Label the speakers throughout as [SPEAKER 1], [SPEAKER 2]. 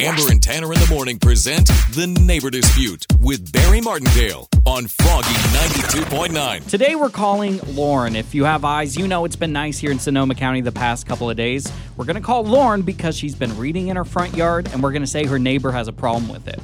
[SPEAKER 1] Amber and Tanner in the morning present The Neighbor Dispute with Barry Martindale on Froggy 92.9.
[SPEAKER 2] Today we're calling Lauren. If you have eyes, you know it's been nice here in Sonoma County the past couple of days. We're going to call Lauren because she's been reading in her front yard and we're going to say her neighbor has a problem with it.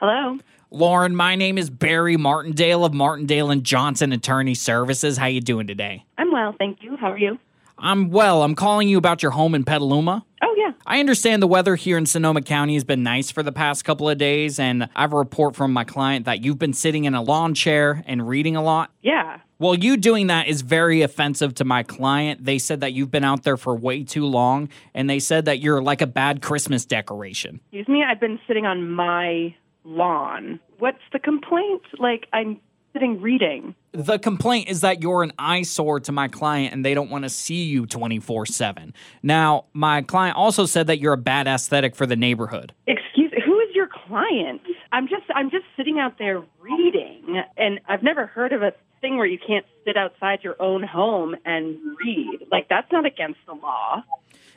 [SPEAKER 3] Hello.
[SPEAKER 2] Lauren, my name is Barry Martindale of Martindale and Johnson Attorney Services. How you doing today?
[SPEAKER 3] I'm well, thank you. How are you?
[SPEAKER 2] I'm well. I'm calling you about your home in Petaluma.
[SPEAKER 3] Oh, yeah.
[SPEAKER 2] I understand the weather here in Sonoma County has been nice for the past couple of days, and I have a report from my client that you've been sitting in a lawn chair and reading a lot.
[SPEAKER 3] Yeah.
[SPEAKER 2] Well, you doing that is very offensive to my client. They said that you've been out there for way too long, and they said that you're like a bad Christmas decoration.
[SPEAKER 3] Excuse me. I've been sitting on my lawn. What's the complaint? Like, I'm sitting reading.
[SPEAKER 2] The complaint is that you're an eyesore to my client, and they don't want to see you 24 7. Now, my client also said that you're a bad aesthetic for the neighborhood.
[SPEAKER 3] Excuse Who is your client? I'm just I'm just sitting out there reading and I've never heard of a thing where you can't sit outside your own home and read. Like that's not against the law.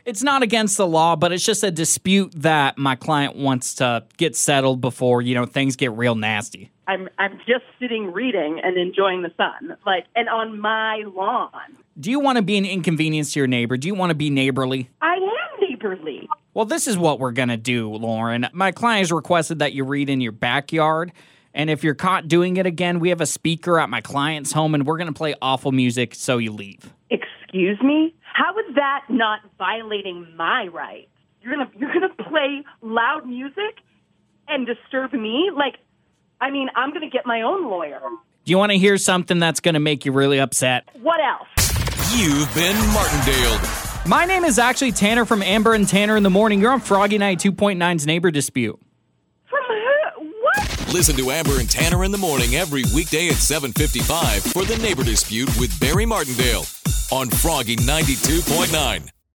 [SPEAKER 2] It's not against the law, but it's just a dispute that my client wants to get settled before, you know, things get real nasty.
[SPEAKER 3] I'm I'm just sitting reading and enjoying the sun. Like and on my lawn.
[SPEAKER 2] Do you want to be an inconvenience to your neighbor? Do you want to be neighborly?
[SPEAKER 3] I am neighborly.
[SPEAKER 2] Well, this is what we're going to do, Lauren. My client has requested that you read in your backyard. And if you're caught doing it again, we have a speaker at my client's home and we're going to play awful music so you leave.
[SPEAKER 3] Excuse me? How is that not violating my rights? You're gonna you're gonna play loud music and disturb me? Like I mean, I'm gonna get my own lawyer.
[SPEAKER 2] Do you want to hear something that's going to make you really upset?
[SPEAKER 3] What else?
[SPEAKER 1] You've been Martindale.
[SPEAKER 2] My name is actually Tanner from Amber and Tanner in the Morning. You're on Froggy Night 2.9's Neighbor Dispute.
[SPEAKER 3] From who what?
[SPEAKER 1] Listen to Amber and Tanner in the morning every weekday at 7:55 for The Neighbor Dispute with Barry Martindale on Froggy 92.9.